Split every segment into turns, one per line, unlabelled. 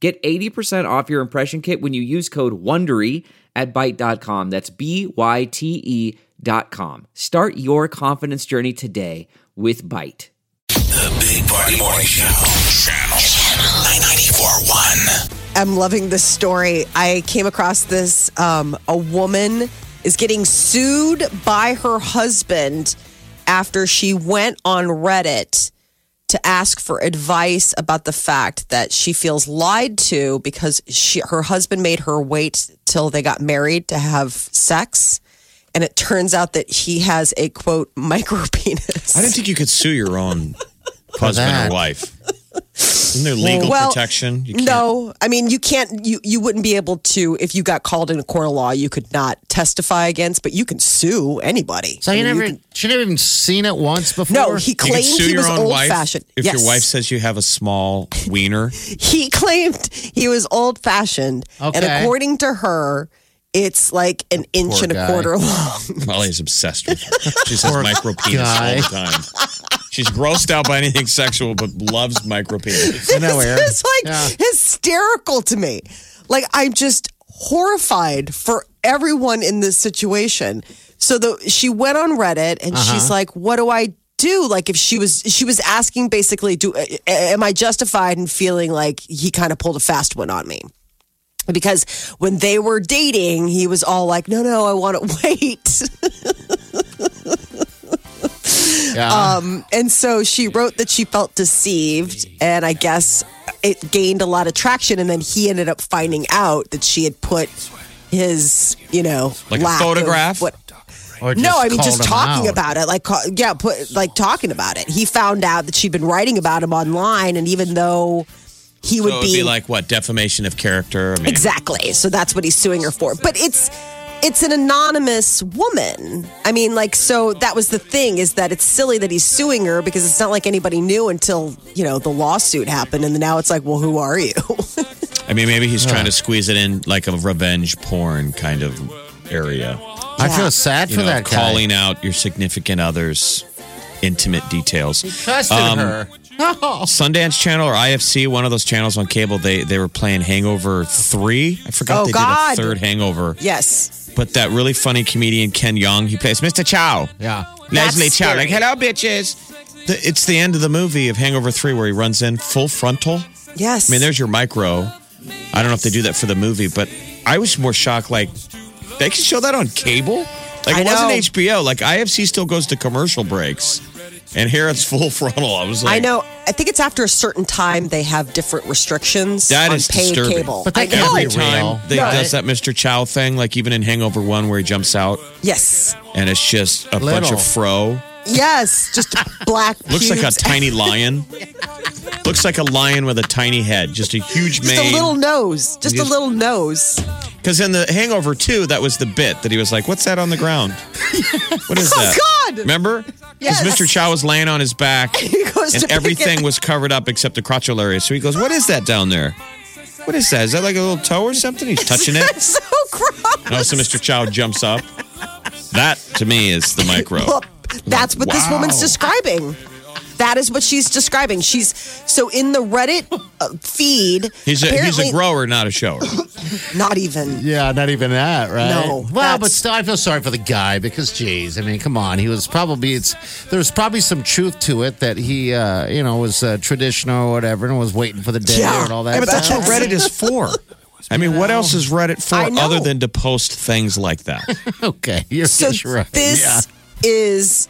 Get 80% off your impression kit when you use code WONDERY at Byte.com. That's b y t e dot com. Start your confidence journey today with Byte.
The Big Party Morning Show. Channel 941.
am loving this story. I came across this. Um, a woman is getting sued by her husband after she went on Reddit to ask for advice about the fact that she feels lied to because she, her husband made her wait till they got married to have sex. And it turns out that he has a quote micro penis.
I didn't think you could sue your own husband
that.
or wife. Isn't there legal protection? You
no, I mean you can't. You you wouldn't be able to if you got called in a court of law. You could not testify against, but you can sue anybody.
So
I
you
mean,
never,
can-
she never even seen it once before.
no, he
You can
claimed
sue
he
your
was
own
old
wife
fashioned.
if
yes.
your wife says you have a small wiener.
he claimed he was old fashioned, and
Okay.
according to her, it's like an inch
poor
and a
guy.
quarter long.
Molly's obsessed with her. She says
Poor
micro penis all
guy.
the time. She's grossed out by anything sexual, but loves micro penis.
I know, Aaron.
It's like
Yeah.
hysterical to me. Like I'm just horrified for everyone in this situation. So the she went on Reddit and she's like, "What do I do?" Like if she was she was asking basically, "Do am I justified in feeling like he kind of pulled a fast one on me?" Because when they were dating, he was all like, "No, no, I want to wait."
Yeah.
Um, and so she wrote that she felt deceived, and I guess it gained a lot of traction. And then he ended up finding out that she had put his, you know,
Like a
lack of
photograph?
What,
Or
no, I mean
called
just
him
talking
out.
about it, like ca- yeah, put like talking about it. He found out that she'd been writing about him online, and even though he would
So it would be like what defamation of character. I mean,
Exactly. So that's what he's suing her for. But it's it's an anonymous woman. I mean, like so that was the thing is that it's silly that he's suing her because it's not like anybody knew until, you know, the lawsuit happened and now it's like, well, who are you?
I mean, maybe he's trying to squeeze it in like a revenge porn kind of area.
I feel sad
You
for
know,
that guy.
calling out your significant other's intimate details.
Trusted
Um,
her. Oh.
Sundance Channel or IFC, one of those channels on cable, they they were playing Hangover Three. I forgot
Oh,
they
God.
did a third Hangover.
yes.
But that really funny comedian Ken Young, he plays Mr. Chow.
Yeah.
Leslie Chow,
scary.
like hello bitches. The, it's the end of the movie of Hangover Three where he runs in full frontal.
Yes.
I mean, there's your micro. I don't know if they do that for the movie, but I was more shocked. Like they can show that on cable. Like
I
it
know.
wasn't HBO. Like IFC still goes to commercial breaks, and here it's full frontal. I was like,
I know. I think it's after a certain time they have different restrictions
That
on
is
paid
disturbing.
cable.
But they
I
can't
know.
every
Be
time
real.
they
Right.
does that Mr. Chow thing, like even in Hangover One where he jumps out
Yes.
and it's just a bunch
Little.
of fro.
Yes. Just black.
Looks like a
pubes.
tiny lion. Looks like a lion with a tiny head, just a huge
just a little
mane.
nose. Just a
Yes.
little nose.
Because in the Hangover Two, that was the bit that he was like, "What's that on the ground? What is that?"
Oh, God!
Remember?
Yes.
Because Mr. Chow was laying on his back,
He goes to
and
pick it
everything was covered up except the crotchal area. So he goes, "What is that down there? What is that? Is that like a little toe or something?" He's touching it.
so gross.
And also, Mr. Chow jumps up. That to me is the micro.
Well, that's what this
Wow.
woman's describing. That is what she's describing. She's so in the Reddit uh, feed.
He's a he's a
apparently-
grower, not a shower.
Not even.
Yeah, not even that, right?
No,
Well,
that's-
but still, I feel sorry for the guy because, geez, I mean, come on, he was probably it's there's probably some truth to it that he, uh, you know, was uh, traditional or whatever, and was waiting for the day
Yeah.
and all that.
Yeah, but that's
stuff.
what Reddit is for. I mean, what else is Reddit for
I know.
other than to post things like that?
okay. You're
So
just right.
this is.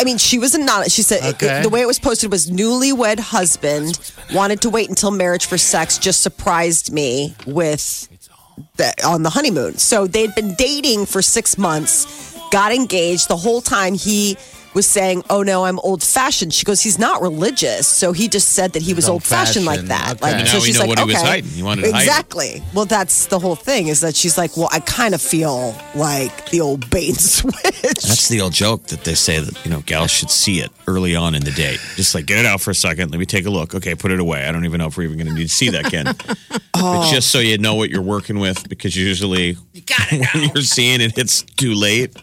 I mean, she was not. She said
Okay.
the way it was posted was newlywed husband wanted to wait until marriage for sex. Just surprised me with the, on the honeymoon. So they'd been dating for six months, got engaged. The whole time he was saying, "Oh no, I'm old fashioned." She goes, "He's not religious, so he just said that he was old fashioned like that."
old-fashioned,
Like,
okay.
so
Now we
she's
know
like,
what he
"Okay,
was hiding. He wanted to hide it.
exactly." Well, that's the whole thing is that she's like, "Well, I kind of feel like the old bait and switch."
That's the old joke that they say that you know gals should see it early on in the date. Just like get it out for a second. Let me take a look. Okay, put it away. I don't even know if we're even going to need to see that again.
Oh.
But just so you know what you're working with, because usually when you're seeing it, it's too late.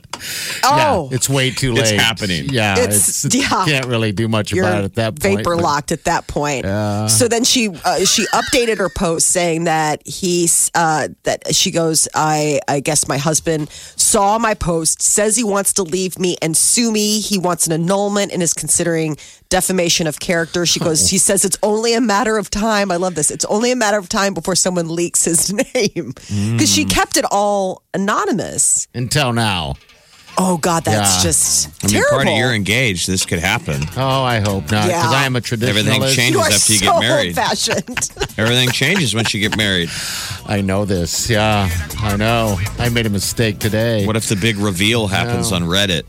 oh,
it's way too late.
It's happening.
Yeah,
It's- yeah.
Can't really do much
you're
about it at that point.
vapor
but-
locked at that point. so then she uh, she updated her post saying that he's uh, that she goes, I I guess my husband saw my post, says he wants to leave me and sue me. He wants an annulment and is considering defamation of character. She
Oh.
goes, he says it's only a matter of time. I love this. It's only a matter of time before someone leaks his name because
Mm.
she kept it all anonymous.
until now.
Oh God, that's
Yeah.
just
I mean,
terrible.
party, you're engaged. This could happen.
Oh, I hope not,
Yeah.
because I am a traditionalist.
Everything changes.
you are
after you
so
get married.
old-fashioned.
Everything changes once you get married.
I know this. Yeah, I know. I made a mistake today.
What if the big reveal happens on Reddit?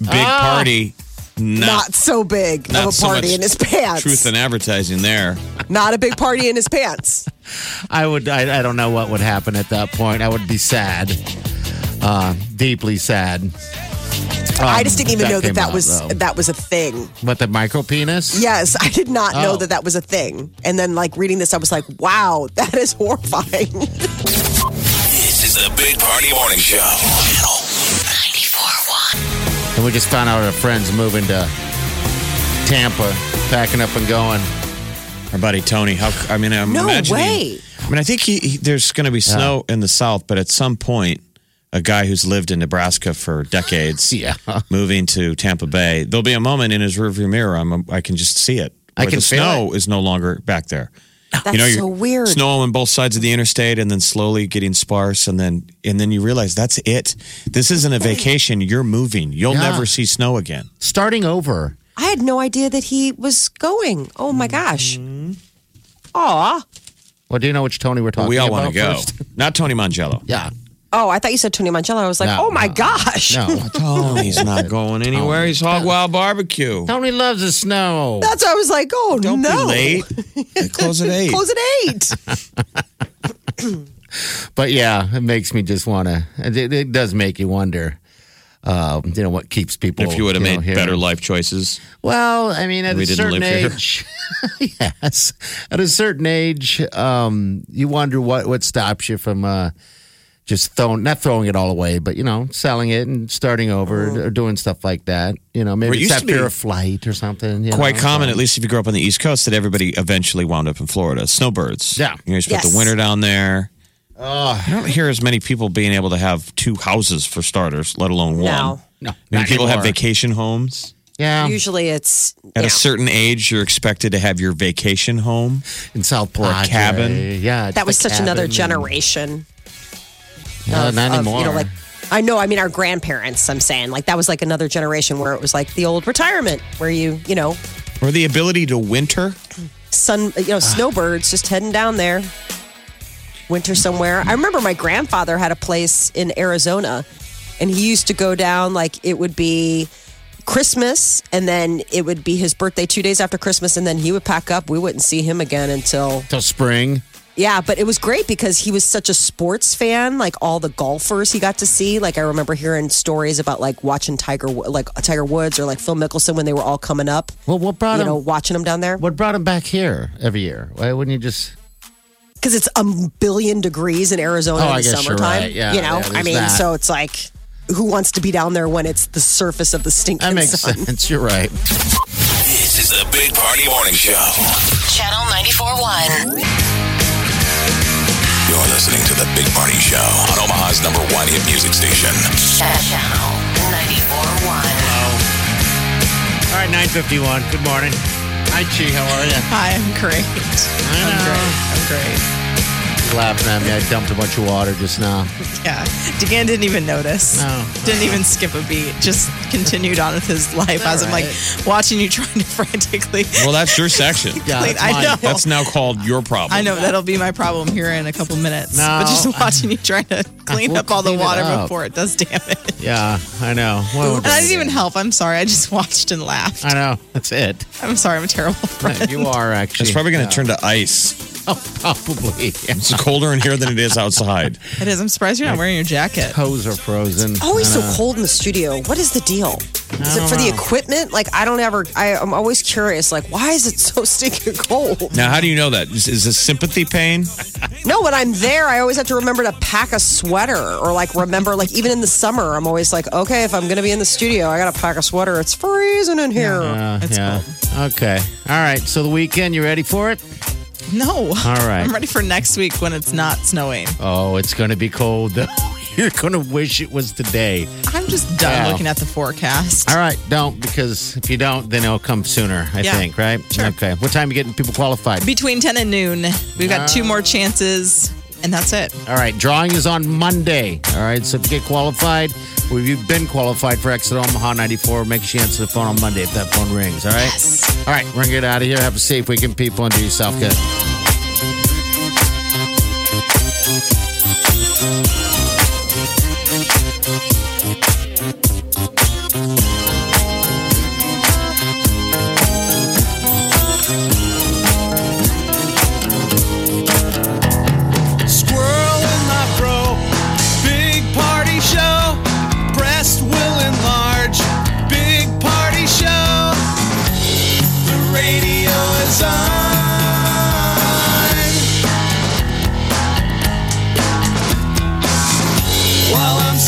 Big
Ah.
party. Not,
not so big
not
of a
so
party
much
in his pants.
Truth in advertising there.
not a big party in his pants.
I would. I, I don't know what would happen at that point. I would be sad, uh, deeply sad.
I
Um,
just didn't even know that
came
that
out,
was
though.
that was a thing.
What the micro penis?
Yes, I did not know
Oh.
that that was a thing. And then like reading this, I was like, wow, that is horrifying.
This is the Big Party Morning Show. Channel 94.1.
And we just found out our friends moving to Tampa, packing up and going.
Our buddy Tony. How? I mean, I'm
No
imagining.
way.
I mean, I think he, he, there's going to be snow in the South, but at some point, a guy who's lived in Nebraska for decades,
Yeah.
moving to Tampa Bay, there'll be a moment in his rearview mirror. I'm, I can just see it.
I
where
can
the
feel
snow is no longer back there.
That's so
you're-
weird.
Snow on both sides of the interstate, and then slowly getting sparse, and then and then you realize that's it. This isn't a vacation. You're moving. You'll
Yeah.
never see snow again.
Starting over.
I had no idea that he was going. Oh
Mm-hmm.
my gosh. Aw.
Well, do you know which Tony we're talking
we all
about?
want to go.
first?
Not Tony Mangello.
Yeah.
Oh, I thought you said Tony Mangello. I was like,
No,
oh my
no,
gosh.
No.
Tony's not going
Oh.
anywhere. He's hog wild barbecue.
Tony loves the snow.
That's why I was like, oh
Don't
no.
be late. They close at eight.
Close at eight.
But yeah, it makes me just want to. It, it does make you wonder. Uh, you know what keeps people.
if you would have
know,
made
here.
better life choices,
Well, I mean, at
We
a
didn't
certain
live here.
age, yes, at a certain age, um, you wonder what what stops you from uh, just throwing not throwing it all away, but you know, selling it and starting over or doing stuff like that. You know, maybe
Well, Uh-huh. it
it's
used to
after
be
a flight or something. you
quite
know,
common,
so-
at least if you grew up on the East Coast, that everybody eventually wound up in Florida. Snowbirds.
Yeah.
You know, you spent
Yes.
the winter down there. I don't hear as many people being able to have two houses for starters, let alone one.
No.
No,
I mean,
not
people have
anymore.
vacation homes.
Yeah,
Usually it's
At
yeah.
a certain age, you're expected to have your vacation home.
in South
Or a
Padre.
cabin.
Yeah, it's
that was
the
such another
cabin.
generation.
No, not
of,
anymore.
you know, like I know, I mean, our grandparents. I'm saying, like, that was like another generation where it was like the old retirement, where you, you know,
Or the ability to winter.
sun, you know, snowbirds just heading down there, winter somewhere. I remember my grandfather had a place in Arizona, and he used to go down. Like, it would be Christmas, and then it would be his birthday two days after Christmas, and then he would pack up. We wouldn't see him again until
till spring.
Yeah, but it was great because he was such a sports fan. Like all the golfers he got to see. Like I remember hearing stories about like watching Tiger, Wo- like Tiger Woods or like Phil Mickelson when they were all coming up.
Well, what brought
You
him?
know, watching them down there
what brought him back here every year? Why wouldn't you just?
because it's a billion degrees in Arizona
Oh,
in
I
the
guess you're
summertime.
right. Yeah,
you know,
yeah, there's
I mean,
that.
so it's like, who wants to be down there when it's the surface of the stinking
That makes
sun?
sense. You're right.
This is the Big Party Morning Show.
Channel 94.1.
You're listening to the Big Party Show on Omaha's number one hit music station.
Channel 94.1.
All right, 951. Good morning. Hi, Chi. How are you?
Hi, I'm great. I'm great. I'm great.
She's laughing at me. I dumped a bunch of water just now.
Yeah. DeGan didn't even notice.
No.
Didn't even skip a beat. Just continued on with his life as I'm like watching you trying to frantically.
Well, that's your section.
Yeah,
Like,
that's
I
mine.
know.
That's now called your problem.
I know that'll be my problem here in a couple minutes.
No.
But just watching you trying to clean
We'll
up all the
clean it
water
up.
before it does damage.
Yeah, I know. Well,
And I didn't even help. I'm sorry. I just watched and laughed.
I know. That's it.
I'm sorry. I'm a terrible friend.
You are actually.
It's probably going to turn to ice.
Oh, probably. Yeah.
It's colder in here than it is outside.
It is. I'm surprised you're not wearing your jacket.
Toes are frozen.
Always so cold in the studio. What is the deal? Is it
don't
for the
know.
equipment? Like I don't ever. I, I'm always curious. Like why is it so stinking cold?
Now, how do you know that? Is, is this sympathy pain?
No, when I'm there, I always have to remember to pack a sweater or like remember, like even in the summer, I'm always like, okay, if I'm going to be in the studio, I got to pack a sweater. It's freezing in here.
Uh, yeah. Okay. All right. So the weekend, you ready for it?
No.
All right.
I'm ready for next week when it's not snowing.
Oh, it's going to be cold. though. You're going to wish it was today.
I'm just done
Yeah.
looking at the forecast.
All right. Don't, because if you don't, then it'll come sooner, I
Yeah.
think, right?
Sure.
Okay. What time you getting people qualified?
Between 10 and noon, we've got two more chances, and that's it.
All right, drawing is on Monday. All right, so if you get qualified, or if you've been qualified for Exit Omaha 94, make sure you answer the phone on Monday if that phone rings. All right? All right, we're going to get out of here. Have a safe weekend, people, and do yourself good.
Squirrel in my fro. Big party show. Breast will enlarge. Big party show. The radio is on. While I'm